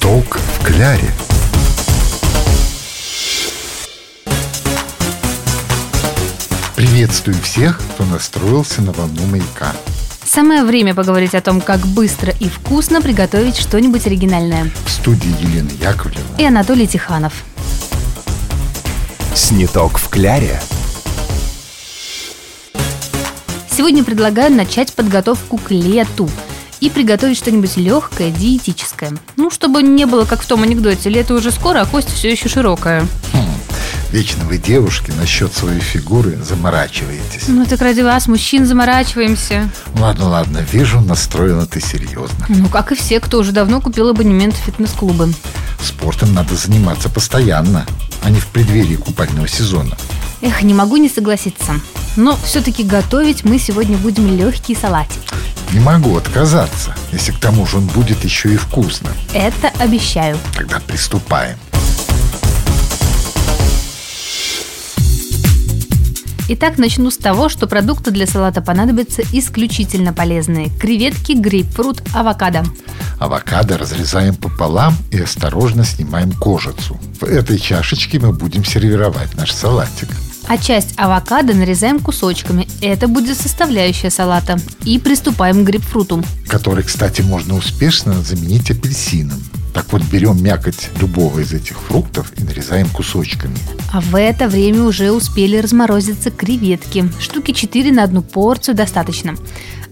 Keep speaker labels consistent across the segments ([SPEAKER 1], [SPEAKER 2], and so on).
[SPEAKER 1] Толк в кляре. Приветствую всех, кто настроился на волну маяка.
[SPEAKER 2] Самое время поговорить о том, как быстро и вкусно приготовить что-нибудь оригинальное.
[SPEAKER 1] В студии Елена Яковлева.
[SPEAKER 2] И Анатолий Тиханов.
[SPEAKER 3] Сниток в кляре.
[SPEAKER 2] Сегодня предлагаю начать подготовку к лету и приготовить что-нибудь легкое, диетическое. Ну, чтобы не было, как в том анекдоте, лето уже скоро, а кость все еще широкая.
[SPEAKER 1] Хм, Вечно вы, девушки, насчет своей фигуры заморачиваетесь.
[SPEAKER 2] Ну, так ради вас, мужчин, заморачиваемся.
[SPEAKER 1] Ладно, ладно, вижу, настроена ты серьезно.
[SPEAKER 2] Ну, как и все, кто уже давно купил абонемент в фитнес-клубы.
[SPEAKER 1] Спортом надо заниматься постоянно, а не в преддверии купального сезона.
[SPEAKER 2] Эх, не могу не согласиться. Но все-таки готовить мы сегодня будем легкий салатик.
[SPEAKER 1] Не могу отказаться, если к тому же он будет еще и вкусным.
[SPEAKER 2] Это обещаю.
[SPEAKER 1] Тогда приступаем.
[SPEAKER 2] Итак, начну с того, что продукты для салата понадобятся исключительно полезные. Креветки, грейпфрут, авокадо.
[SPEAKER 1] Авокадо разрезаем пополам и осторожно снимаем кожицу. В этой чашечке мы будем сервировать наш салатик.
[SPEAKER 2] А часть авокадо нарезаем кусочками. Это будет составляющая салата. И приступаем к грейпфруту.
[SPEAKER 1] который, кстати, можно успешно заменить апельсином. Так вот, берем мякоть любого из этих фруктов и нарезаем кусочками.
[SPEAKER 2] А в это время уже успели разморозиться креветки. Штуки 4 на одну порцию достаточно.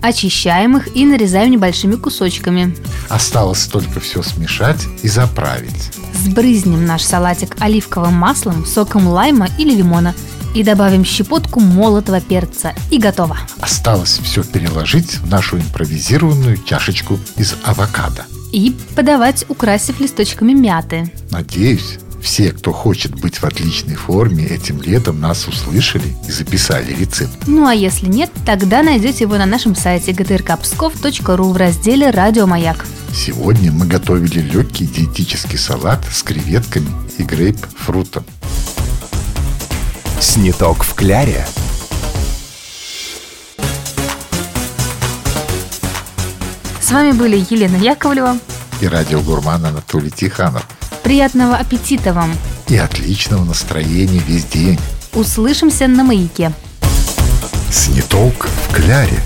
[SPEAKER 2] Очищаем их и нарезаем небольшими кусочками.
[SPEAKER 1] Осталось только все смешать и заправить.
[SPEAKER 2] Сбрызнем наш салатик оливковым маслом, соком лайма или лимона. И добавим щепотку молотого перца. И готово.
[SPEAKER 1] Осталось все переложить в нашу импровизированную чашечку из авокадо.
[SPEAKER 2] И подавать, украсив листочками мяты.
[SPEAKER 1] Надеюсь, все, кто хочет быть в отличной форме, этим летом нас услышали и записали рецепт.
[SPEAKER 2] Ну а если нет, тогда найдете его на нашем сайте gtrkpskov.ru в разделе «Радио Маяк».
[SPEAKER 1] Сегодня мы готовили легкий диетический салат с креветками и грейпфрутом.
[SPEAKER 3] Сниток в кляре.
[SPEAKER 2] С вами были Елена Яковлева.
[SPEAKER 1] И радиогурман Анатолий Тиханов.
[SPEAKER 2] Приятного аппетита вам!
[SPEAKER 1] И отличного настроения весь день.
[SPEAKER 2] Услышимся на «Маяке».
[SPEAKER 1] Сниток в кляре.